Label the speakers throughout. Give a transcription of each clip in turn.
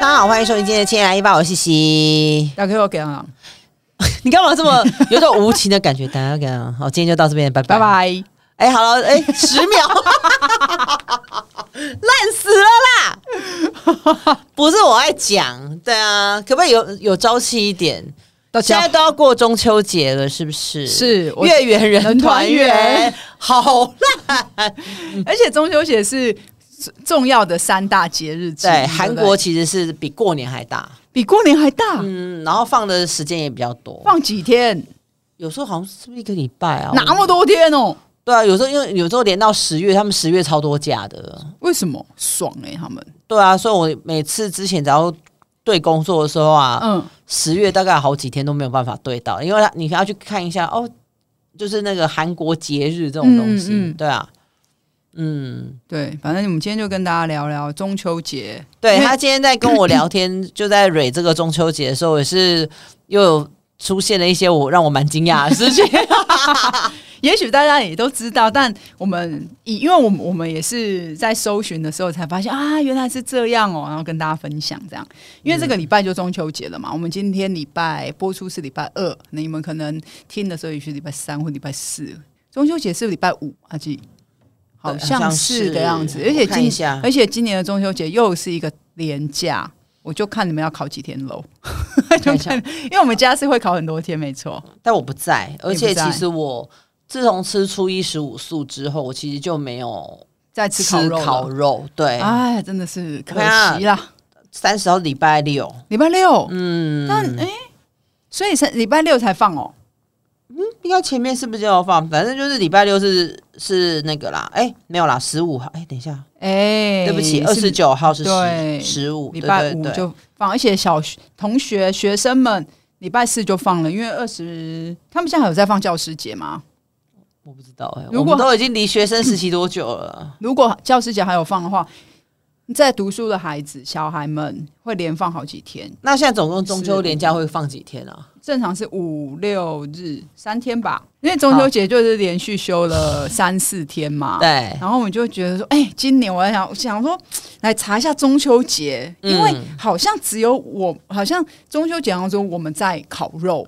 Speaker 1: 大家好，欢迎收听今天的《千来一八》，我是西西。
Speaker 2: 要给我给啊，
Speaker 1: 你干嘛这么 有种无情的感觉？大家讲好，今天就到这边，拜拜
Speaker 2: 拜。拜。
Speaker 1: 哎、好了，哎、十 秒，烂死了啦！不是我爱讲，对啊，可不可以有有朝气一点？
Speaker 2: 大
Speaker 1: 现在
Speaker 2: 家
Speaker 1: 都要过中秋节了，是不是？
Speaker 2: 是我
Speaker 1: 月圆人
Speaker 2: 人
Speaker 1: 团
Speaker 2: 团圆
Speaker 1: 圆，好烂。
Speaker 2: 而且中秋节是重要的三大节日之一，
Speaker 1: 对，
Speaker 2: 不
Speaker 1: 韩国其实是比过年还大，
Speaker 2: 比过年还大，
Speaker 1: 嗯，然后放的时间也比较多，
Speaker 2: 放几天，
Speaker 1: 有时候好像是不是一个礼拜啊？
Speaker 2: 那么多天哦？
Speaker 1: 对啊，有时候因为有时候连到十月，他们十月超多假的。
Speaker 2: 为什么爽哎、他们，
Speaker 1: 对啊，所以我每次之前只要对工作的时候啊，
Speaker 2: 嗯，
Speaker 1: 十、月大概好几天都没有办法对到，因为他你要去看一下哦，就是那个韩国节日这种东西，
Speaker 2: 嗯嗯
Speaker 1: 对啊，嗯，
Speaker 2: 对，反正我们今天就跟大家聊聊中秋节，
Speaker 1: 对
Speaker 2: 因为
Speaker 1: 他今天在跟我聊 天，就在蕊这个中秋节的时候，也是又有出现了一些我让我蛮惊讶的 事情，
Speaker 2: 也许大家也都知道，但我们以因为我们我们也是在搜寻的时候才发现啊，原来是这样哦，然后跟大家分享这样。因为这个礼拜就中秋节了嘛，我们今天礼拜播出是礼拜二，那你们可能听的时候也许礼拜三或礼拜四。中秋节是礼拜五，阿纪，好像是的样子。
Speaker 1: 好
Speaker 2: 而
Speaker 1: 像是
Speaker 2: 且
Speaker 1: 我看一
Speaker 2: 今
Speaker 1: 下
Speaker 2: 而且今年的中秋节又是一个连假，我就看你们要考几天喽。
Speaker 1: 看一下
Speaker 2: 因为我们家是会考很多天，没错。
Speaker 1: 但我不在，而且
Speaker 2: 你不在
Speaker 1: 其实我自从吃初一十五素之后，我其实就没有
Speaker 2: 在吃烤肉了，
Speaker 1: 烤肉对，
Speaker 2: 哎，真的是可
Speaker 1: 对啊
Speaker 2: 惜啦。
Speaker 1: 三十号礼拜六，
Speaker 2: 礼拜六，
Speaker 1: 嗯，
Speaker 2: 但哎、所以是礼拜六才放哦。
Speaker 1: 应该前面是不是就要放？反正就是礼拜六是是那个啦，哎、没有啦，十五号，哎、等一下，
Speaker 2: 哎、
Speaker 1: 对不起，
Speaker 2: 是
Speaker 1: 二十九号是十
Speaker 2: 对
Speaker 1: 十五，
Speaker 2: 礼拜
Speaker 1: 对对
Speaker 2: 五
Speaker 1: 对
Speaker 2: 就放，而且小学同学学生们礼拜四就放了，因为二十他们现在还有在放教师节吗？
Speaker 1: 我不知道哎、
Speaker 2: 如
Speaker 1: 我
Speaker 2: 果
Speaker 1: 们都已经离学生时期多久 了？
Speaker 2: 如果教师节还有放的话，在读书的孩子小孩们会连放好几天，
Speaker 1: 那现在总共中秋连假会放几天啊？
Speaker 2: 正常是五六日三天吧，因为中秋节就是连续休了三四天嘛。
Speaker 1: 对，
Speaker 2: 然后我们就觉得说，哎、今年我在想，我想说来查一下中秋节，
Speaker 1: 嗯
Speaker 2: 因为好像只有我，好像中秋节当中我们在烤肉，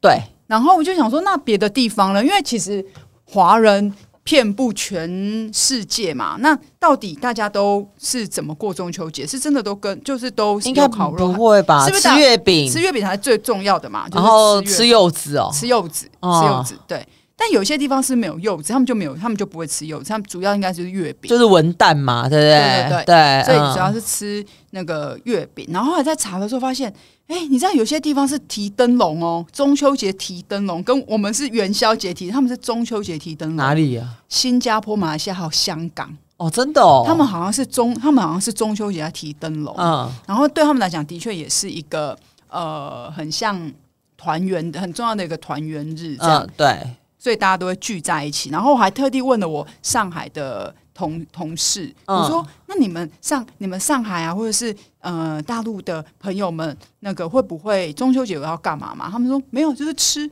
Speaker 1: 对，
Speaker 2: 然后我就想说，那别的地方呢？因为其实华人遍布全世界嘛，那到底大家都是怎么过中秋节？是真的都跟就是都是
Speaker 1: 应该
Speaker 2: 有烤
Speaker 1: 不
Speaker 2: 肉，啊
Speaker 1: 会吧？
Speaker 2: 是不是
Speaker 1: 吃
Speaker 2: 打
Speaker 1: 月饼，
Speaker 2: 吃月饼才是最重要的嘛，就是、
Speaker 1: 然后吃
Speaker 2: 月
Speaker 1: 柚子哦，
Speaker 2: 吃柚子，
Speaker 1: 哦
Speaker 2: 吃柚子，对。但有些地方是没有柚子，他们就没有，他们就不会吃柚子，他们主要应该就是月饼。
Speaker 1: 就是文旦嘛，对不对？
Speaker 2: 对对
Speaker 1: 对
Speaker 2: 所以主要
Speaker 1: 嗯
Speaker 2: 是吃那个月饼。然后后来在查的时候发现，哎、你知道有些地方是提灯笼哦，中秋节提灯笼，跟我们是元宵节提，他们是中秋节提灯
Speaker 1: 哪
Speaker 2: 笼。
Speaker 1: 里呀、
Speaker 2: 新加坡、马来西亚还有香港，
Speaker 1: 哦，真的哦，
Speaker 2: 他们好像是中，他们好像是中秋节在提灯笼。
Speaker 1: 嗯，
Speaker 2: 然后对他们来讲，的确也是一个呃，很像团圆的很重要的一个团圆日这样。
Speaker 1: 嗯，对，
Speaker 2: 所以大家都会聚在一起。然后我还特地问了我上海的同同事，
Speaker 1: 嗯
Speaker 2: 我说：“那你们上你们上海啊，或者是呃大陆的朋友们，那个会不会中秋节有要干嘛嘛？”他们说：“没有，就是吃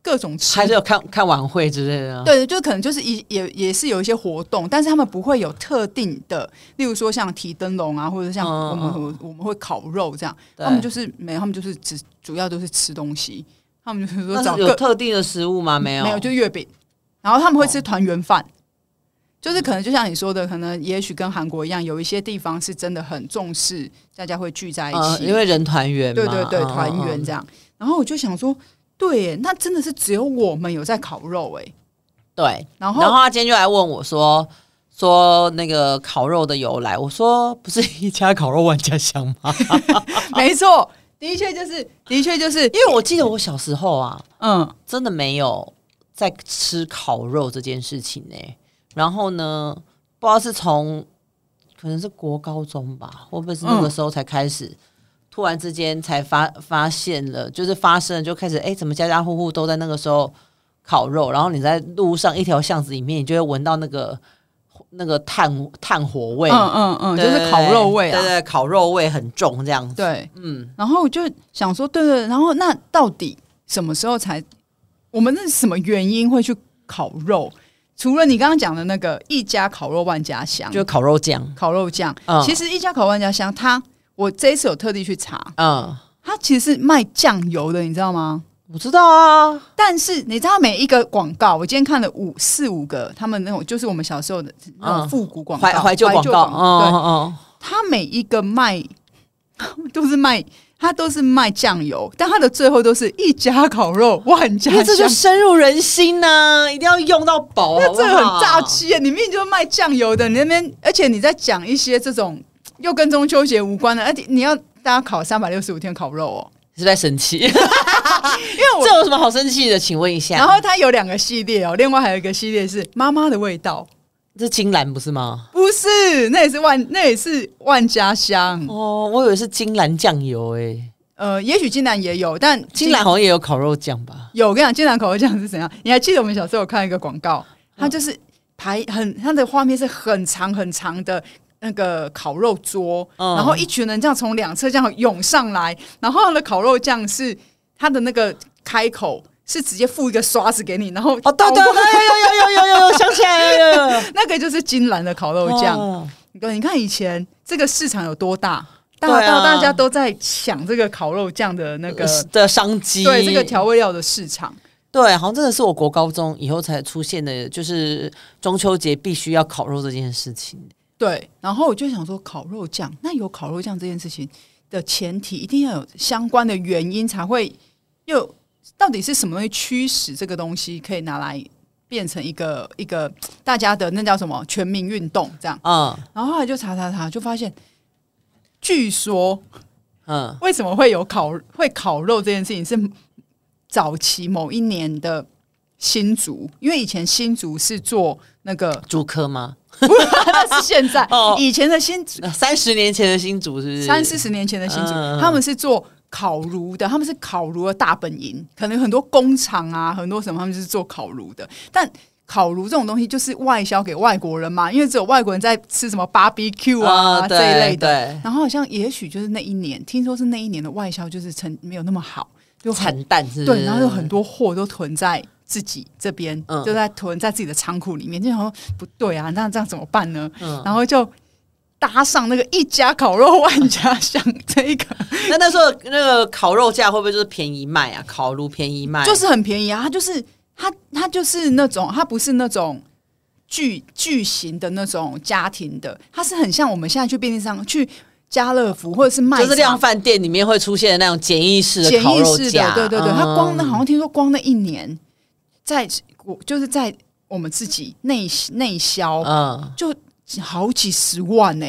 Speaker 2: 各种吃。
Speaker 1: 还是”有看看晚会之类的。，
Speaker 2: 对，就可能就是一也也是有一些活动，但是他们不会有特定的，例如说像提灯笼啊，或者像
Speaker 1: 嗯
Speaker 2: 我们、
Speaker 1: 嗯
Speaker 2: 我们会烤肉这样，
Speaker 1: 对
Speaker 2: 他们就是没有，他们就是只主要都是吃东西，他们就是说
Speaker 1: 那
Speaker 2: 找
Speaker 1: 是
Speaker 2: 各
Speaker 1: 有特定的食物吗？没有，
Speaker 2: 没有，就月饼。然后他们会吃
Speaker 1: 哦
Speaker 2: 团圆饭，就是可能就像你说的，可能也许跟韩国一样，有一些地方是真的很重视，大家会聚在一
Speaker 1: 呃
Speaker 2: 起，
Speaker 1: 因为人团圆嘛，
Speaker 2: 对对对
Speaker 1: 嗯
Speaker 2: 团圆这。样。然后我就想说，对耶，那真的是只有我们有在烤肉哎。
Speaker 1: 对，
Speaker 2: 然
Speaker 1: 然后
Speaker 2: 后
Speaker 1: 他今天就来问我说。说那个烤肉的由来，我说 不是一家烤肉万家香吗？
Speaker 2: 没错，的确就是，的确就是，
Speaker 1: 因为我记得我小时候啊，
Speaker 2: 嗯，
Speaker 1: 真的没有在吃烤肉这件事情呢、欸然后呢，不知道是从可能是国高中吧，或者是那个时候才开始，突然之间才发发现了，就是发生了，就开始哎、诶怎么家家户户都在那个时候烤肉？然后你在路上一条巷子里面，你就会闻到那个那个炭炭火味，
Speaker 2: 嗯嗯嗯，就
Speaker 1: 对
Speaker 2: 是烤肉味
Speaker 1: 对
Speaker 2: 啊，
Speaker 1: 对，烤肉味很重这样子。
Speaker 2: 对。
Speaker 1: 嗯，
Speaker 2: 然后我就想说，对对，然后那到底什么时候才我们是什么原因会去烤肉？除了你刚刚讲的那个一家烤肉万家香，
Speaker 1: 就是烤肉酱，
Speaker 2: 烤肉酱，
Speaker 1: 嗯
Speaker 2: 其实一家烤肉万家香，它我这一次有特地去查，
Speaker 1: 嗯，
Speaker 2: 它其实是卖酱油的，你知道吗？
Speaker 1: 我知道啊，
Speaker 2: 但是你知道每一个广告，我今天看了五四五个，他们那种就是我们小时候的那种复古广
Speaker 1: 嗯
Speaker 2: 告、
Speaker 1: 怀怀旧广
Speaker 2: 广
Speaker 1: 告，嗯
Speaker 2: 对，
Speaker 1: 嗯
Speaker 2: 它每一个卖 都是卖，它都是卖酱油，但它的最后都是一家烤肉万家
Speaker 1: 嗯，因为这就
Speaker 2: 香。
Speaker 1: 深入人心呐、一定要用到饱，
Speaker 2: 那
Speaker 1: 好不
Speaker 2: 这个很
Speaker 1: 好
Speaker 2: 大气耶！你明明就是卖酱油的，你那边而且你在讲一些这种又跟中秋节无关的，而且你要大家烤三百六十五天烤肉哦，
Speaker 1: 是在生气，
Speaker 2: 因为我
Speaker 1: 这有什么好生气的？请问一下，
Speaker 2: 然后它有两个系列哦，另外还有一个系列是妈妈的味道，
Speaker 1: 这金兰不是吗？
Speaker 2: 不是，那也是万那也是万家香，
Speaker 1: 哦，我以为是金兰酱油诶、
Speaker 2: 呃，也许金兰也有，但
Speaker 1: 金兰好像也有烤肉酱吧？
Speaker 2: 有，我跟你讲，金兰口味酱是怎样？你还记得我们小时候有看一个广告，它
Speaker 1: 嗯
Speaker 2: 就是排很，它的画面是很长很长的。那个烤肉桌，
Speaker 1: 嗯
Speaker 2: 然后一群人这样从两侧这样涌上来，然后它的烤肉酱是它的那个开口是直接附一个刷子给你，然后
Speaker 1: 哦，对对
Speaker 2: 倒
Speaker 1: 对，
Speaker 2: 过来
Speaker 1: 有有有有有有，想起来了，有
Speaker 2: 那个就是金兰的烤肉
Speaker 1: 有
Speaker 2: 酱。
Speaker 1: 哦
Speaker 2: 对，你看以前这个市场有多大，大
Speaker 1: 对啊呃
Speaker 2: 到大家都在抢这个烤肉酱的那个，
Speaker 1: 的商机，
Speaker 2: 对这个调味料的市场。
Speaker 1: 对，好像真的是我国高中以后才出现的，就是中秋节必须要烤肉这件事情。
Speaker 2: 对，然后我就想说，烤肉酱，那有烤肉酱这件事情的前提，一定要有相关的原因，才会又到底是什么东西驱使这个东西可以拿来变成一个一个大家的那叫什么全民运动这样。
Speaker 1: 嗯
Speaker 2: 然后后来就查查查，就发现，据说
Speaker 1: 嗯，
Speaker 2: 为什么会有烤会烤肉这件事情是早期某一年的新竹，因为以前新竹是做那个，
Speaker 1: 竹科吗？
Speaker 2: 那是现在
Speaker 1: 哦
Speaker 2: 以前的新竹
Speaker 1: 三十年前的新竹是不是？
Speaker 2: 三四十年前的新竹，
Speaker 1: 嗯
Speaker 2: 他们是做烤炉的，他们是烤炉的大本营，可能很多工厂啊，很多什么，他们就是做烤炉的。但烤炉这种东西就是外销给外国人嘛，因为只有外国人在吃什么 barbecue 啊、
Speaker 1: 啊
Speaker 2: 这一类的。
Speaker 1: 的
Speaker 2: 然后好像也许就是那一年，听说是那一年的外销就是成没有那么好，就很
Speaker 1: 惨淡是不是？
Speaker 2: 对，然后有很多货都囤在自己这边，
Speaker 1: 嗯
Speaker 2: 就在囤在自己的仓库里面，就想说不对啊，那这样怎么办呢？
Speaker 1: 嗯
Speaker 2: 然后就搭上那个一家烤肉万家香这一个，
Speaker 1: 那那时候那个烤肉价会不会就是便宜卖啊？烤炉便宜卖，
Speaker 2: 就是很便宜啊，它就是它它就是那种它不是那种。巨巨型的那种家庭的，它是很像我们现在去便利商去家乐福或者是卖
Speaker 1: 就是量
Speaker 2: 场
Speaker 1: 饭店里面会出现的那种简易式的
Speaker 2: 简
Speaker 1: 烤
Speaker 2: 易
Speaker 1: 肉
Speaker 2: 式
Speaker 1: 架
Speaker 2: 的，，对对对，
Speaker 1: 嗯
Speaker 2: 他光那好像听说光那一年，在我就是在我们自己内内销
Speaker 1: 嗯
Speaker 2: 就好几十万呢、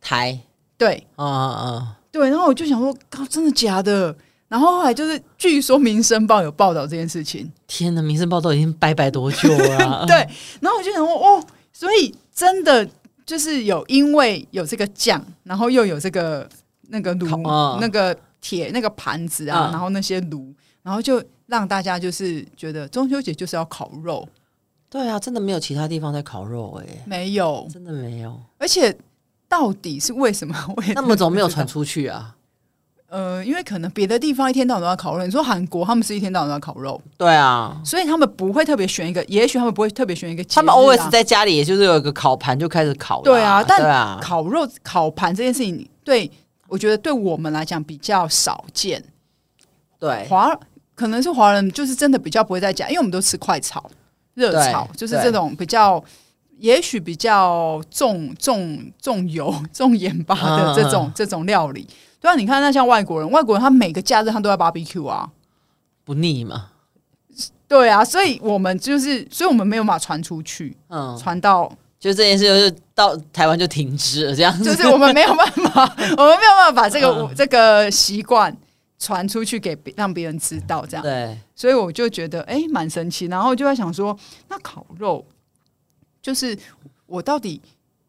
Speaker 1: 台，
Speaker 2: 对
Speaker 1: 嗯嗯
Speaker 2: 对，然后我就想说，靠，真的假的？然后后来就是，据说《民生报》有报道这件事情，
Speaker 1: 嗯，天哪，民生报都已经拜拜多久了啊、
Speaker 2: 对，然后我就想说，哦，所以真的就是有因为有这个酱，然后又有这个那个炉、
Speaker 1: 烤啊
Speaker 2: 那个铁、那个盘子啊，
Speaker 1: 啊
Speaker 2: 然后那些炉，然后就让大家就是觉得中秋节就是要烤肉，
Speaker 1: 对啊，真的没有其他地方在烤肉哎、欸，
Speaker 2: 没有，
Speaker 1: 真的没有。
Speaker 2: 而且到底是为什么？ 我也
Speaker 1: 那么总没有
Speaker 2: 不知道
Speaker 1: 传出去啊？
Speaker 2: 呃，因为可能别的地方一天到晚都在烤肉，你说韩国他们是一天到晚都在烤肉，
Speaker 1: 对啊，
Speaker 2: 所以他们不会特别选一个，也许他们不会特别选一个节日
Speaker 1: 他
Speaker 2: 啊、
Speaker 1: 们 always 在家里，也就是有一个烤盘就开始烤啦。
Speaker 2: 对啊，
Speaker 1: 对
Speaker 2: 但
Speaker 1: 啊，
Speaker 2: 烤肉烤盘这件事情，对我觉得对我们来讲比较少见，
Speaker 1: 对
Speaker 2: 华可能是华人就是真的比较不会在家，因为我们都吃快炒、热
Speaker 1: 对
Speaker 2: 炒，就是
Speaker 1: 对
Speaker 2: 这种比较。也许比较重重重油、 重盐巴的这种、
Speaker 1: 嗯嗯
Speaker 2: 这种料理，对啊，你看，那像外国人，外国人他每个假日他都在 barbecue 啊，
Speaker 1: 不腻嘛。
Speaker 2: 对啊，所以我们就是，所以我们没有办法传出去，
Speaker 1: 嗯，
Speaker 2: 传到
Speaker 1: 就这件事就是到台湾就停止了这样子。
Speaker 2: 就是我们没有办法， 我们没有办法把这个、
Speaker 1: 嗯
Speaker 2: 这个习惯传出去给别让别人知道，这样，
Speaker 1: 对，
Speaker 2: 所以我就觉得哎，蛮、神奇。然后就在想说，那烤肉就是我到底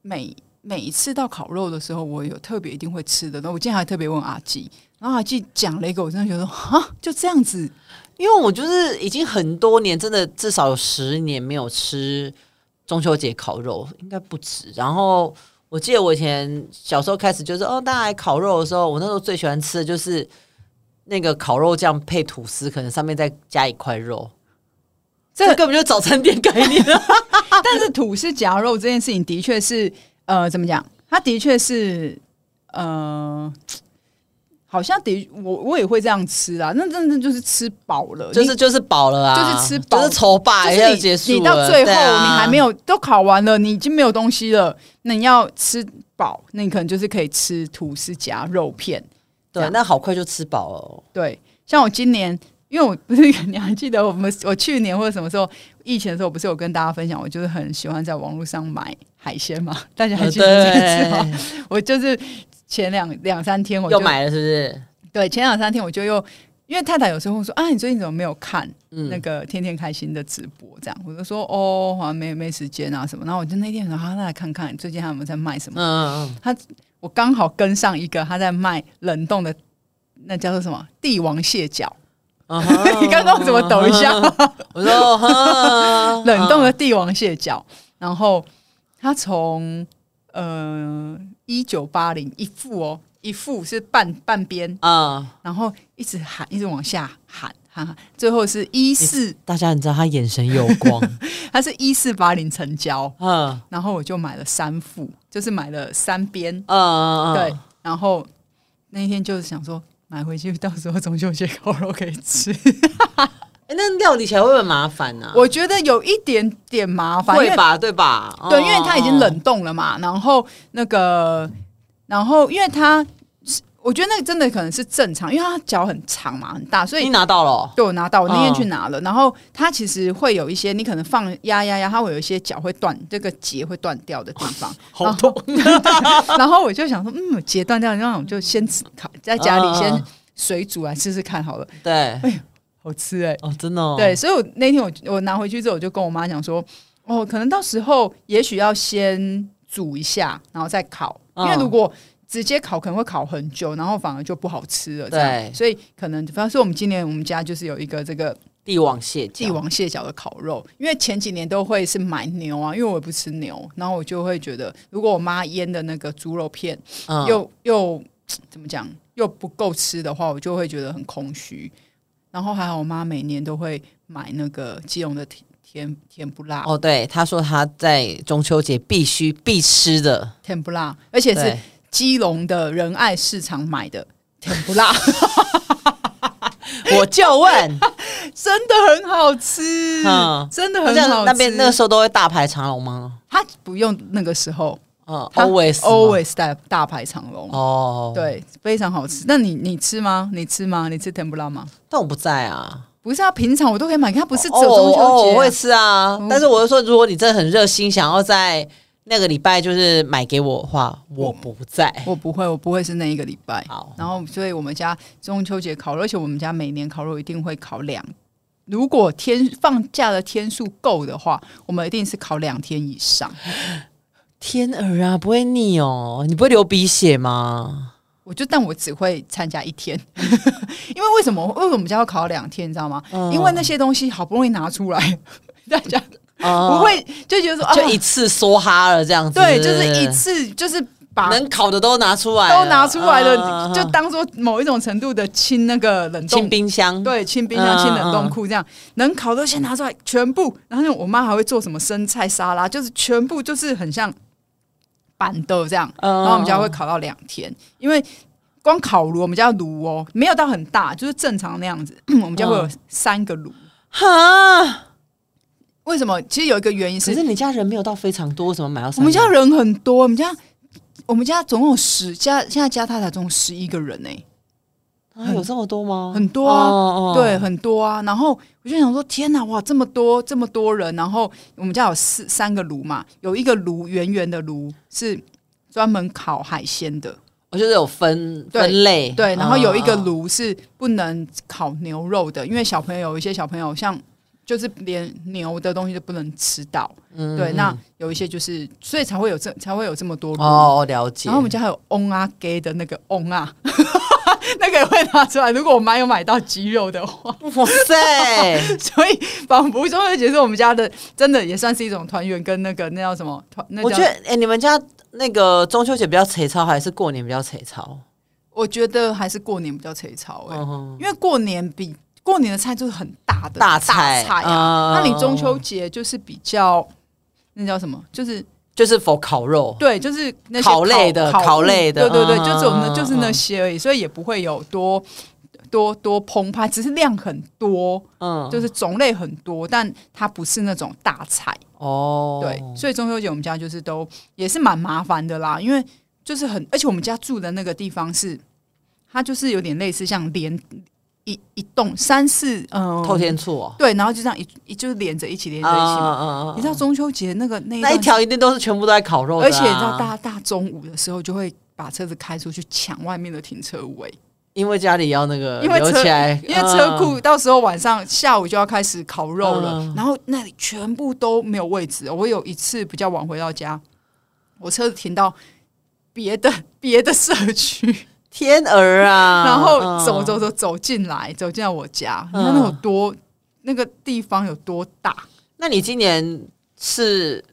Speaker 2: 每每一次到烤肉的时候，我有特别一定会吃的。那我今天还特别问阿纪，然后阿纪讲了一个，我真的觉得哈，就这样子，
Speaker 1: 因为我就是已经很多年，真的至少有十年没有吃中秋节烤肉，应该不止。然后我记得我以前小时候开始就是哦，大家来烤肉的时候，我那时候最喜欢吃的就是那个烤肉酱配吐司，可能上面再加一块肉。这
Speaker 2: 这
Speaker 1: 根本就是早餐店概念啊！
Speaker 2: 但是吐司夹肉这件事情的确是，呃，怎么讲？它的确是，呃，好像得我我也会这样吃啊，那真的就是吃饱 了，
Speaker 1: 就
Speaker 2: 你
Speaker 1: 是就是饱了啊，
Speaker 2: 就是吃饱
Speaker 1: 就是愁吧，
Speaker 2: 就是
Speaker 1: 啊要
Speaker 2: 你
Speaker 1: 结束
Speaker 2: 你到
Speaker 1: 了
Speaker 2: 最后
Speaker 1: 对啊
Speaker 2: 你还没有都考完了，你已经没有东西了，那你要吃饱，那你可能就是可以吃吐司夹肉片。这
Speaker 1: 对，
Speaker 2: 样
Speaker 1: 那好快就吃饱了哦。
Speaker 2: 对，像我今年，因为我不是 你还记得我们我去年或者什么时候疫情的时候，不是有跟大家分享，我就是很喜欢在网络上买海鲜嘛，大家还
Speaker 1: 呃
Speaker 2: 记得这件事吗？
Speaker 1: 对，
Speaker 2: 我就是前两两三天我就
Speaker 1: 又买了是不是？
Speaker 2: 对，前两三天我就又。因为太太有时候会说：“啊，你最近怎么没有看
Speaker 1: 嗯，
Speaker 2: 那个天天开心的直播？”这样，我就说：“哦，好像没没时间啊什么。”然后我就那天想：“啊，那来看看最近还有没有在卖什么。”
Speaker 1: 嗯嗯
Speaker 2: 我刚好跟上一个他在卖冷冻的，那叫做什么帝王蟹脚。
Speaker 1: 嗯嗯，
Speaker 2: 你刚刚怎么抖一下？
Speaker 1: 我说哼
Speaker 2: 冷冻
Speaker 1: 嗯
Speaker 2: 的帝王蟹脚，然后它从呃一九八零一副哦，一副是半半边，
Speaker 1: 嗯，
Speaker 2: 然后一直喊，一直往下喊，哈哈，最后是一四，
Speaker 1: 大家你知道他眼神有光，
Speaker 2: 它是一四八零成交，
Speaker 1: 嗯
Speaker 2: 然后我就买了三副，就是买了三边，
Speaker 1: 嗯嗯，嗯
Speaker 2: 对，，然后那一天就是想说买回去，到时候中秋节烤肉可以 吃，
Speaker 1: 诶哎那料理起来会不会麻烦呢？
Speaker 2: 我觉得有一点点麻烦，因为
Speaker 1: 会吧，对吧？
Speaker 2: 对，
Speaker 1: 嗯
Speaker 2: 因为它已经冷，冻了嘛，然后那个，然后因为它是，我觉得那个真的可能是正常，因为它脚很长嘛，很大，所
Speaker 1: 嗯你
Speaker 2: 以
Speaker 1: 拿到了哦，
Speaker 2: 对我拿到，我那天
Speaker 1: 嗯
Speaker 2: 去拿了，然后它其实会有一些，你可能放压压压，它会有一些脚会断，这个节会断掉的地方，
Speaker 1: 好痛，
Speaker 2: 哦 然后我就想说，嗯，节断掉，那我就先吃烤，在家里
Speaker 1: 嗯嗯
Speaker 2: 先
Speaker 1: 嗯
Speaker 2: 水煮来试试看好了，
Speaker 1: 对，
Speaker 2: 好吃哎、
Speaker 1: 哦，真的哦，
Speaker 2: 对，所以我那天我我拿回去之后，我就跟我妈讲说，哦，可能到时候也许要先煮一下，然后再烤，因为
Speaker 1: 嗯
Speaker 2: 如果直接烤可能会烤很久，然后反而就不好吃了。这样
Speaker 1: 对
Speaker 2: 所以可能比方说我们今年我们家就是有一个这个
Speaker 1: 帝王蟹脚，
Speaker 2: 帝王蟹脚的烤肉，
Speaker 1: 嗯
Speaker 2: 因为前几年都会是买牛啊，因为我也不吃牛，然后我就会觉得，如果我妈腌的那个猪肉片
Speaker 1: 嗯
Speaker 2: 又又怎么讲又不够吃的话，我就会觉得很空虚。然后还好，我妈每年都会买那个基隆的甜甜甜不辣，
Speaker 1: 哦，对，他说他在中秋节必须必吃的，
Speaker 2: 甜不辣，而且是
Speaker 1: 对，
Speaker 2: 基隆的仁爱市场买的甜不辣，
Speaker 1: 我就问，
Speaker 2: 真的很好吃，
Speaker 1: 嗯
Speaker 2: 真的
Speaker 1: 那
Speaker 2: 很
Speaker 1: 这样
Speaker 2: 好吃。
Speaker 1: 那边那个时候都会大排长龙吗？
Speaker 2: 他不用那个时候
Speaker 1: 嗯
Speaker 2: 它
Speaker 1: ，always 吗
Speaker 2: always 大大排长龙，
Speaker 1: 哦，，
Speaker 2: 对，非常好吃。那你你吃吗？你吃吗？你吃甜不辣吗？
Speaker 1: 但我不在啊，
Speaker 2: 不是啊，平常我都可以买，它不是只有
Speaker 1: 哦
Speaker 2: 中秋节啊、
Speaker 1: 哦我会吃啊
Speaker 2: 嗯，
Speaker 1: 但是我就说，如果你真的很热心，想要在那个礼拜就是买给我的话，我不在。
Speaker 2: 我不会，我不会是那一个礼拜。
Speaker 1: 好，
Speaker 2: 然后，所以我们家中秋节烤肉，而且我们家每年烤肉一定会烤两。如果天放假的天数够的话，我们一定是烤两天以上。
Speaker 1: 天儿啊，不会腻哦，你不会流鼻血吗？
Speaker 2: 我就，但我只会参加一天， 因为为什么？为什么我们家要烤两天？你知道吗？
Speaker 1: 嗯
Speaker 2: 因为那些东西好不容易拿出来， 大家
Speaker 1: 哦
Speaker 2: 不会就觉得说啊，
Speaker 1: 就一次梭哈了这样子，
Speaker 2: 对，就是一
Speaker 1: 不
Speaker 2: 次，就是把
Speaker 1: 能烤的都拿出来了，
Speaker 2: 都拿出来
Speaker 1: 嗯
Speaker 2: 了，
Speaker 1: 嗯
Speaker 2: 就
Speaker 1: 嗯
Speaker 2: 当做某一种程度的清那个冷
Speaker 1: 清
Speaker 2: 冻，
Speaker 1: 冰箱，
Speaker 2: 对，清冰箱、清冷冻
Speaker 1: 嗯嗯
Speaker 2: 库这样，能烤都先拿出来全部。然后我妈还会做什么生菜沙拉，就是全部就是很像板豆这样。
Speaker 1: 嗯，
Speaker 2: 然
Speaker 1: 然
Speaker 2: 后我们家会烤到两天，因为光烤炉，我们家炉哦没有到很大，就是正常那样子。 我们家会有
Speaker 1: 嗯
Speaker 2: 三个炉，
Speaker 1: 哈，
Speaker 2: 为什么？其实有一个原因
Speaker 1: 可
Speaker 2: 是
Speaker 1: 是你家人没有到非常多，为什么买到三个？
Speaker 2: 我们家人很多，我们家我们家总共有十加，现在加太太总共十一个人呢、
Speaker 1: 啊有这么多吗？
Speaker 2: 很多啊
Speaker 1: 哦
Speaker 2: 对，，很多啊。然后我就想说，天哪，哇，这么多这么多人。然后我们家有四三个炉嘛，有一个炉圆圆的炉是专门烤海鲜的，
Speaker 1: 我觉哦得有分
Speaker 2: 对
Speaker 1: 分类，
Speaker 2: 对。然后有一个
Speaker 1: 嗯嗯嗯
Speaker 2: 炉是不能烤牛肉的，因为小朋友有一些小朋友像就是连牛的东西都不能吃到，
Speaker 1: 嗯
Speaker 2: 对。
Speaker 1: 嗯
Speaker 2: 那有一些就是，所以才会有这才会有这么多炉。
Speaker 1: 哦，了解。
Speaker 2: 然后我们家还有 on 啊 gay 的那个 on 啊， 那个也会拿出来。如果我妈有买到鸡肉的话，
Speaker 1: 哇 塞，
Speaker 2: 所以仿佛中秋节是我们家的，真的也算是一种团圆，跟那个那叫什么团？那
Speaker 1: 我
Speaker 2: 叫
Speaker 1: 觉得哎、你们家那个中秋节比较催操，还是过年比较催操？
Speaker 2: 我觉得还是过年比较催操哎、
Speaker 1: 嗯，
Speaker 2: 因为过年比过年的菜就是很大的
Speaker 1: 大
Speaker 2: 菜
Speaker 1: 菜嗯
Speaker 2: 啊，那你中秋节就是比较那叫什么？就是
Speaker 1: 就是否烤肉，
Speaker 2: 对，就是那些
Speaker 1: 烤类的
Speaker 2: 烤
Speaker 1: 烤
Speaker 2: 物
Speaker 1: 类的
Speaker 2: 对对对，
Speaker 1: 嗯
Speaker 2: 就只有那
Speaker 1: 嗯
Speaker 2: 就是那些而已，所以也不会有多多多澎湃，只是量很多，
Speaker 1: 嗯，
Speaker 2: 就是种类很多，但它不是那种大菜。
Speaker 1: 哦，
Speaker 2: 对，所以中秋节我们家就是都也是蛮麻烦的啦，因为就是很，而且我们家住的那个地方是，它就是有点类似像连一一栋三四嗯、呃
Speaker 1: 透天厝哦，
Speaker 2: 对，然后就这样一一就是连嗯着一起连着一起嘛。
Speaker 1: 啊
Speaker 2: 你知道中秋节那个那一
Speaker 1: 那一
Speaker 2: 段
Speaker 1: 条一定都是全部都在烤肉的啊，
Speaker 2: 而且你知道大大中午的时候就会把车子开出去抢外面的停车位，
Speaker 1: 因为家里要那个
Speaker 2: 因为
Speaker 1: 留
Speaker 2: 车
Speaker 1: 起来，
Speaker 2: 因为车库到时候晚上下午就要开始烤肉了，
Speaker 1: 嗯
Speaker 2: 然后那里全部都没有位置。我有一次比较晚回到家，我车子停到别的 别的社区，
Speaker 1: 天鹅啊，
Speaker 2: 然后
Speaker 1: 嗯
Speaker 2: 走走，走走进来，走进来我家，你看那有多那个地方有多大。
Speaker 1: 那你今年是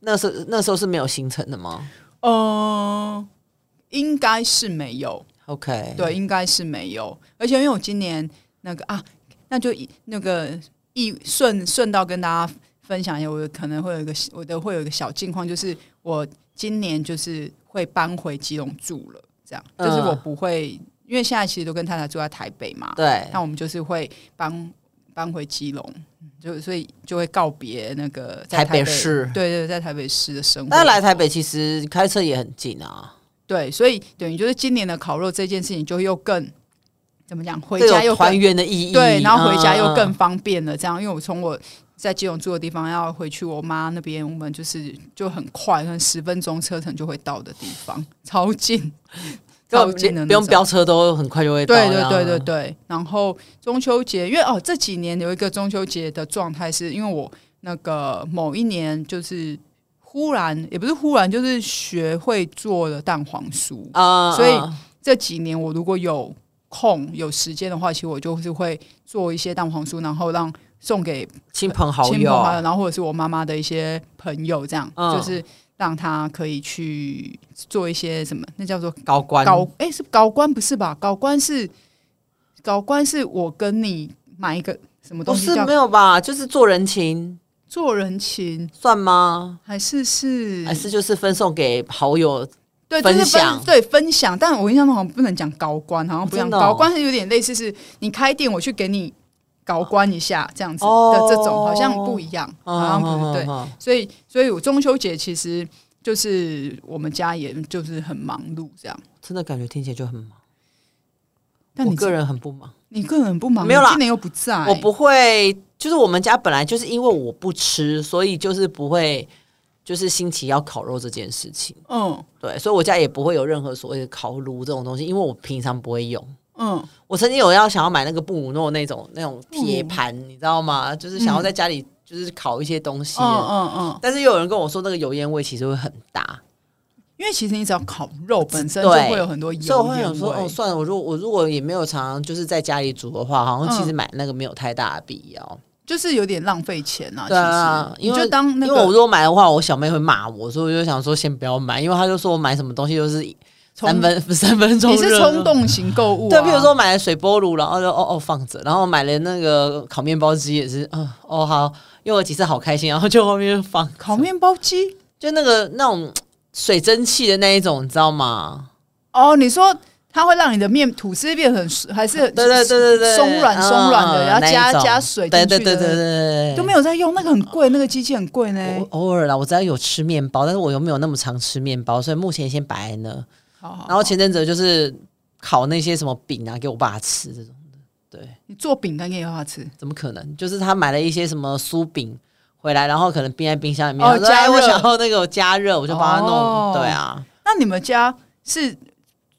Speaker 1: 那时候那时候是没有行程的吗
Speaker 2: 嗯，应该是没有，
Speaker 1: ？OK，，
Speaker 2: 对，应该是没有。而且因为我今年那个啊，那就一那个一顺顺道跟大家分享一下，我可能会有一个我的会有一个小近况，就是我今年就是会搬回基隆住了，这样就是
Speaker 1: 嗯
Speaker 2: 我不会，因为现在其实都跟太太住在台北嘛，
Speaker 1: 对，
Speaker 2: 那我们就是会搬搬回基隆。就所以就会告别那个在
Speaker 1: 台
Speaker 2: 台
Speaker 1: 北市
Speaker 2: 对对，在台北市的生活。
Speaker 1: 但来台北其实开车也很近啊，
Speaker 2: 对，所以等于就是今年的烤肉这件事情，就又更怎么讲，回
Speaker 1: 这
Speaker 2: 家
Speaker 1: 有
Speaker 2: 又
Speaker 1: 团
Speaker 2: 更
Speaker 1: 圆的意义。
Speaker 2: 对，然后回家
Speaker 1: 嗯
Speaker 2: 又更
Speaker 1: 嗯
Speaker 2: 方便了。这样，因为我从我在基隆住的地方要回去我妈那边，我们就是就很快，可能十分钟车程就会到的地方，超近，
Speaker 1: 根
Speaker 2: 超
Speaker 1: 本
Speaker 2: 近
Speaker 1: 连
Speaker 2: 的
Speaker 1: 不
Speaker 2: 那
Speaker 1: 用
Speaker 2: 种。
Speaker 1: 飙车都很快就会到。
Speaker 2: 对对
Speaker 1: 这样
Speaker 2: 对对对，然后中秋节，因为哦这几年有一个中秋节的状态，是因为我那个某一年就是忽然也不是忽然，就是学会做了蛋黄酥，
Speaker 1: 啊，
Speaker 2: 所以
Speaker 1: 嗯
Speaker 2: 这几年我如果有空有时间的话，其实我就是会做一些蛋黄酥，然后让送给
Speaker 1: 亲朋好
Speaker 2: 亲朋
Speaker 1: 友，
Speaker 2: 好友，然后或者是我妈妈的一些朋友，这样、
Speaker 1: 嗯
Speaker 2: 就是让他可以去做一些什么，那叫做
Speaker 1: 高官
Speaker 2: 高哎、是高官不是吧？高官是高官是我跟你买一个什么
Speaker 1: 不
Speaker 2: 东西
Speaker 1: 哦是
Speaker 2: 叫
Speaker 1: 没有吧？就是做人情
Speaker 2: 做人情，
Speaker 1: 算吗？
Speaker 2: 还是是
Speaker 1: 还是就是分送给好友？
Speaker 2: 对，
Speaker 1: 分
Speaker 2: 就是
Speaker 1: 享
Speaker 2: 对分享，但我印象中好像不能讲高官，好像不一样。
Speaker 1: 真的哦
Speaker 2: 高官是有点类似是你开店，我去给你高官一下这样子的
Speaker 1: 哦
Speaker 2: 这种，好像不一样，好像不是
Speaker 1: 嗯
Speaker 2: 对。，所以，所以我中秋节其实就是我们家也就是很忙碌这样。
Speaker 1: 真的感觉听起来就很忙。
Speaker 2: 但
Speaker 1: 我
Speaker 2: 你
Speaker 1: 个人很不忙，
Speaker 2: 你个人不忙，
Speaker 1: 没有
Speaker 2: 你
Speaker 1: 啦
Speaker 2: 今年又不在，
Speaker 1: 我不会，就是我们家本来就是因为我不吃，所以就是不会，就是兴起要烤肉这件事情。
Speaker 2: 嗯
Speaker 1: 对，所以我家也不会有任何所谓的烤炉这种东西，因为我平常不会用。
Speaker 2: 嗯
Speaker 1: 我曾经有要想要买那个布鲁诺那种那种铁盘，你知道吗？就是想要在家里就是烤一些东西的，
Speaker 2: 嗯嗯嗯，
Speaker 1: 但是又有人跟我说那个油烟味其实会很大，
Speaker 2: 因为其实你只要烤肉本身就
Speaker 1: 对
Speaker 2: 会有很多油
Speaker 1: 所以我会
Speaker 2: 烟
Speaker 1: 想说，
Speaker 2: 味
Speaker 1: 哦，算了，我如果我如果也没有常常就是在家里煮的话，好像其
Speaker 2: 嗯
Speaker 1: 实买那个没有太大的必要。
Speaker 2: 就是有点浪费钱啊。
Speaker 1: 对啊
Speaker 2: 其实
Speaker 1: 因为
Speaker 2: 你就当那
Speaker 1: 因为我
Speaker 2: 个
Speaker 1: 如果买的话，我小妹会骂我，所以我就想说先不要买，因为她就说我买什么东西就是三
Speaker 2: 从
Speaker 1: 分 三分钟
Speaker 2: 你
Speaker 1: 热
Speaker 2: 是
Speaker 1: 度
Speaker 2: 冲动型购物、啊，
Speaker 1: 对，譬如说买了水波炉，然后就哦哦放着，然后买了那个烤面包机也是，嗯哦好，用了几次好开心，然后就后面就放
Speaker 2: 烤，面包机。
Speaker 1: 就那个那种水蒸气的那一种，你知道吗？
Speaker 2: 哦，你说它会让你的面吐司变很酥还是
Speaker 1: 对对对对对，
Speaker 2: 松软松软的，
Speaker 1: 嗯
Speaker 2: 然后加
Speaker 1: 那一种
Speaker 2: 加水进
Speaker 1: 对
Speaker 2: 去
Speaker 1: 对对
Speaker 2: 的
Speaker 1: 对对对，
Speaker 2: 都没有在用，那个很贵，那个机器很贵呢。
Speaker 1: 我偶尔啦，我知道有吃面包，但是我又没有那么常吃面包，所以目前先摆在那。
Speaker 2: 好好，
Speaker 1: 然后前阵子就是烤那些什么饼啊，给我爸吃这种的，对。
Speaker 2: 你做饼干给他吃，
Speaker 1: 怎么可能？就是他买了一些什么酥饼回来，然后可能冰在冰箱里面，
Speaker 2: 哦
Speaker 1: 他说
Speaker 2: 加
Speaker 1: 哎，我
Speaker 2: 热
Speaker 1: 想要那个加热，我就帮他弄。
Speaker 2: 哦
Speaker 1: 对啊，
Speaker 2: 那你们家是？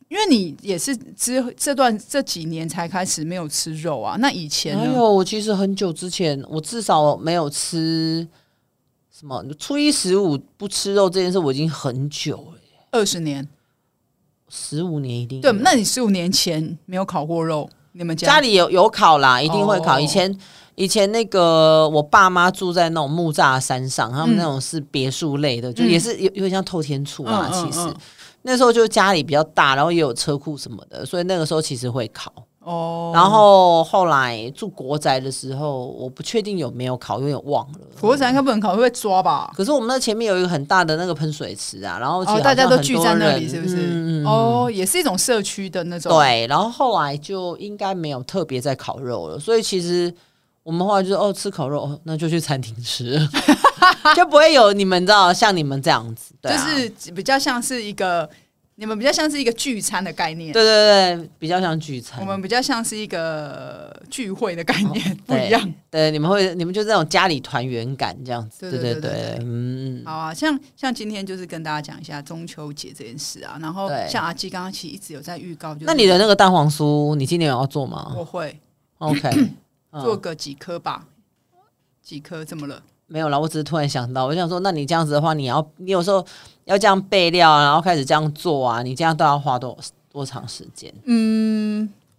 Speaker 2: 因为你也是之这段这几年才开始没有吃肉啊，那以前
Speaker 1: 还
Speaker 2: 呢？
Speaker 1: 有哎我其实很久之前，我至少没有吃什么初一十五不吃肉这件事，我已经很久了，
Speaker 2: 二十年，
Speaker 1: 十五年一定有
Speaker 2: 对，那你十五年前没有烤过肉，你们
Speaker 1: 家里有有烤啦，一定会烤。
Speaker 2: 哦
Speaker 1: 以前以前那个我爸妈住在那种木栅山上，他们
Speaker 2: 嗯
Speaker 1: 那种是别墅类的，就也是有有点像透天厝啊。
Speaker 2: 嗯嗯
Speaker 1: 其实
Speaker 2: 嗯
Speaker 1: 那时候就家里比较大，然后也有车库什么的，所以那个时候其实会烤。
Speaker 2: 哦，
Speaker 1: 然后后来住国宅的时候，我不确定有没有烤，有点忘了。
Speaker 2: 火仔应该不能烤，会被抓吧？
Speaker 1: 可是我们那前面有一个很大的那个喷水池啊，然后其实
Speaker 2: 哦，
Speaker 1: 好
Speaker 2: 大家
Speaker 1: 像
Speaker 2: 都
Speaker 1: 很
Speaker 2: 聚
Speaker 1: 多
Speaker 2: 在那
Speaker 1: 人
Speaker 2: 里，是不是？
Speaker 1: 嗯嗯嗯
Speaker 2: 哦，也是一种社区的那种。，
Speaker 1: 对，然后后来就应该没有特别在烤肉了，所以其实我们后来就是哦吃烤肉，哦那就去餐厅吃， 就不会有你们知道像你们这样子，对、啊，
Speaker 2: 就是比较像是一个，你们比较像是一个聚餐的概念，
Speaker 1: 对对对，比较像聚餐。
Speaker 2: 我们比较像是一个聚会的概念， 不一
Speaker 1: 哦对
Speaker 2: 样。
Speaker 1: 对你们会你们就这种家里团圆感这样子，
Speaker 2: 对
Speaker 1: 对对
Speaker 2: 对对对
Speaker 1: 嗯，嗯
Speaker 2: 好啊，像像今天就是跟大家讲一下中秋节这件事啊，然后
Speaker 1: 对
Speaker 2: 像阿基刚刚其实一直有在预告，就是
Speaker 1: 那你的那个蛋黄酥，你今年有要做吗
Speaker 2: 我会
Speaker 1: ？OK，嗯
Speaker 2: 做个几颗吧，几颗怎么了？
Speaker 1: 没有啦，我只是突然想到，我想说，那你这样子的话，你要你有时候要这样备料啊，然后开始这样做啊，你这样都要花多多长时间？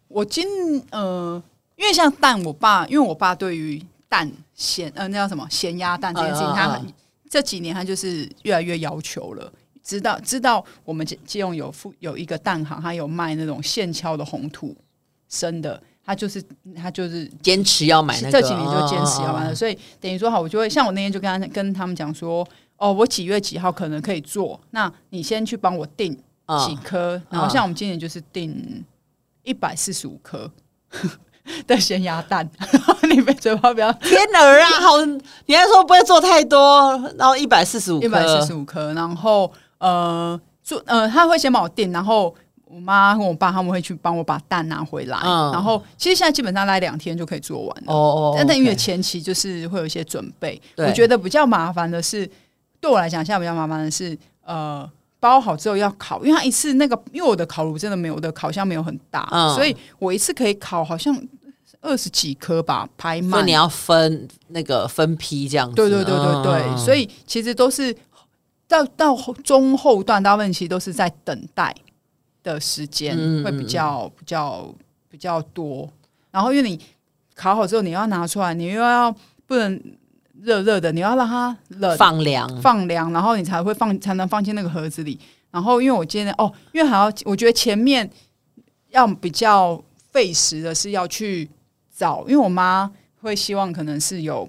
Speaker 2: 我今呃，因为像蛋，我爸因为我爸对于蛋咸呃那叫什么咸鸭蛋这件事情，
Speaker 1: 嗯嗯
Speaker 2: 他
Speaker 1: 嗯
Speaker 2: 很这几年他就是越来越要求了。知道知道，我们基基隆有附有一个蛋行，他有卖那种现敲的红土生的，他就是他就是
Speaker 1: 坚持要买那个，
Speaker 2: 这几年就坚持要玩了，
Speaker 1: 嗯
Speaker 2: 所以等于说好，我就会像我那天就跟他跟他们讲说，哦，我几月几号可能可以做，那你先去帮我订
Speaker 1: 嗯
Speaker 2: 几
Speaker 1: 嗯
Speaker 2: 颗，然后像我们今年就是订一百四十五颗 的咸鸭蛋， 你们嘴巴不要
Speaker 1: 天哪儿啊，好，你还说不会做太多，然后一百四十五，
Speaker 2: 一百四十五颗，然后呃做呃他会先帮我订，然后。我妈跟我爸他们会去帮我把蛋拿回来，
Speaker 1: 嗯
Speaker 2: 然后其实现在基本上来两天就可以做完了。
Speaker 1: 哦哦，
Speaker 2: 但但因为
Speaker 1: OK
Speaker 2: 前期就是会有一些准备，
Speaker 1: 对
Speaker 2: 我觉得比较麻烦的是，对我来讲，现在比较麻烦的是，呃，包好之后要烤，因为它一次那个，因为我的烤炉真的没有，我的烤箱没有很大，
Speaker 1: 嗯
Speaker 2: 所以我一次可以烤好像二十几颗吧，排
Speaker 1: 所以
Speaker 2: 满
Speaker 1: 你。要分那个分批这样子，
Speaker 2: 对对对对对，
Speaker 1: 嗯
Speaker 2: 所以其实都是到到后中后段，大部分其实都是在等待的时间
Speaker 1: 嗯
Speaker 2: 会比较比较比较多。然后因为你烤好之后，你要拿出来，你又要不能热热的，你要让它冷
Speaker 1: 放凉，
Speaker 2: 放凉，然后你才会放才能放进那个盒子里。然后因为我今天哦，因为还要我觉得前面要比较费时的是要去找，因为我妈会希望可能是有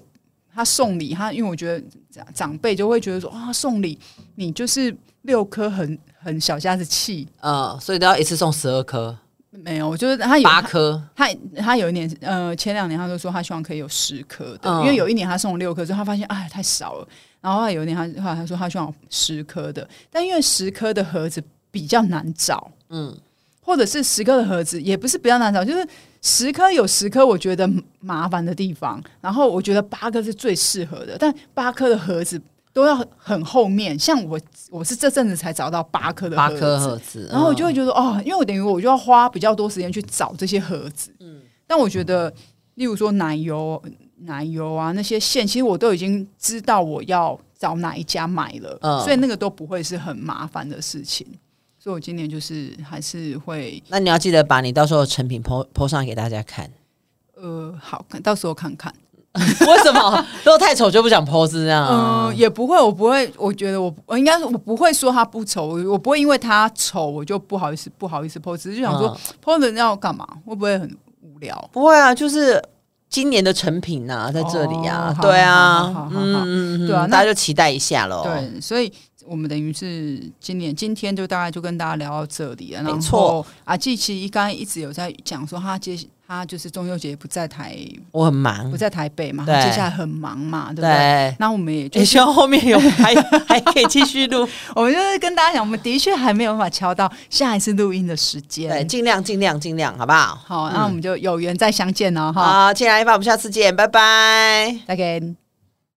Speaker 2: 她送礼，她因为我觉得长长辈就会觉得说啊、送礼你就是六颗很很小家子气。
Speaker 1: 嗯，所以都要一次送十二颗、
Speaker 2: 没有，我觉得她有
Speaker 1: 八颗，
Speaker 2: 她她有一年，呃，前两年她就说她希望可以有十颗的，
Speaker 1: 嗯
Speaker 2: 因为有一年她送了六颗，之后她发现哎太少了，然后后来有一年她后来她说她希望有十颗的，但因为十颗的盒子比较难找，
Speaker 1: 嗯，
Speaker 2: 或者是十颗的盒子也不是比较难找，就是十颗有十颗我觉得麻烦的地方，然后我觉得八颗是最适合的，但八颗的盒子都要很后面，像我我是这阵子才找到八颗的
Speaker 1: 八
Speaker 2: 盒
Speaker 1: 颗
Speaker 2: 子
Speaker 1: 盒子，
Speaker 2: 然后我
Speaker 1: 嗯
Speaker 2: 就会觉得哦，因为我等于我就要花比较多时间去找这些盒子。嗯，但我觉得，例如说奶油、奶油啊那些线，其实我都已经知道我要找哪一家买了，
Speaker 1: 嗯
Speaker 2: 所以那个都不会是很麻烦的事情。所以我今年就是还是会
Speaker 1: 那你要记得把你到时候的成品 po po 上给大家 看。
Speaker 2: 呃，好看，到时候看看。
Speaker 1: 为什么？如果太丑就不想 po 是这样
Speaker 2: 嗯、
Speaker 1: 啊？
Speaker 2: 也不会，我不会，我觉得我我应该我不会说他不丑，我我不会因为他丑我就不好意思不好意思 PO，只是就想
Speaker 1: 嗯
Speaker 2: 说、PO 人要干嘛？会不会很无聊？
Speaker 1: 不会啊，就是今年的成品呐、在这里
Speaker 2: 哦
Speaker 1: 啊，
Speaker 2: 好
Speaker 1: 对
Speaker 2: 好好好
Speaker 1: 啊
Speaker 2: 好，
Speaker 1: 嗯，嗯
Speaker 2: 对啊
Speaker 1: 嗯
Speaker 2: 那
Speaker 1: 大家就期待一下喽。，
Speaker 2: 对，所以我们等于是今年今天就大概就跟大家聊到这里了。
Speaker 1: 没
Speaker 2: 然
Speaker 1: 错
Speaker 2: 后阿季其实应该一直有在讲说他接他就是中秋节不在台
Speaker 1: 我很忙
Speaker 2: 不，在台北嘛，
Speaker 1: 对
Speaker 2: 他接下来很忙嘛，对不对？
Speaker 1: 对，
Speaker 2: 那我们也就
Speaker 1: 也 希望后面 有还还可以继续录，
Speaker 2: 我们就是跟大家讲，我们的确还没有办法敲到下一次录音的时
Speaker 1: 对，嗯
Speaker 2: 间。
Speaker 1: 尽量尽量尽量，好不好？
Speaker 2: 好，那我们就有缘再相见了哈。
Speaker 1: 好，进来吧，我们下次见，拜拜。
Speaker 2: 再见。